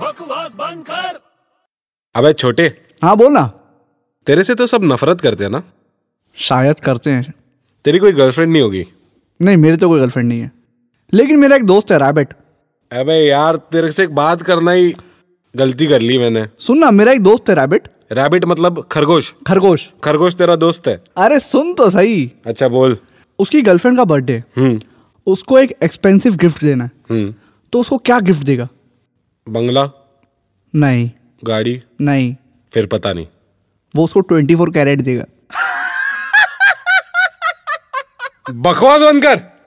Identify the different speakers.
Speaker 1: बकवास बंद कर
Speaker 2: अबे छोटे
Speaker 3: हाँ बोल ना
Speaker 2: तेरे से तो सब नफरत करते हैं ना
Speaker 3: शायद करते हैं
Speaker 2: तेरी कोई गर्लफ्रेंड नहीं होगी
Speaker 3: नहीं मेरी तो कोई गर्लफ्रेंड नहीं है लेकिन मेरा एक दोस्त है रैबिट
Speaker 2: अबे यार तेरे से एक बात करना ही गलती कर ली मैंने
Speaker 3: सुन ना मेरा एक दोस्त है रैबिट
Speaker 2: रैबिट मतलब खरगोश
Speaker 3: खरगोश
Speaker 2: खरगोश तेरा दोस्त है
Speaker 3: अरे सुन तो सही
Speaker 2: अच्छा बोल
Speaker 3: उसकी गर्लफ्रेंड का बर्थडे
Speaker 2: हम्म
Speaker 3: उसको एक एक्सपेंसिव गिफ्ट देना है
Speaker 2: हम्म
Speaker 3: तो उसको क्या गिफ्ट देगा
Speaker 2: बंगला
Speaker 3: नहीं
Speaker 2: गाड़ी
Speaker 3: नहीं
Speaker 2: फिर पता नहीं
Speaker 3: वो उसको ट्वेंटी फोर कैरेट देगा
Speaker 2: बकवास बंद कर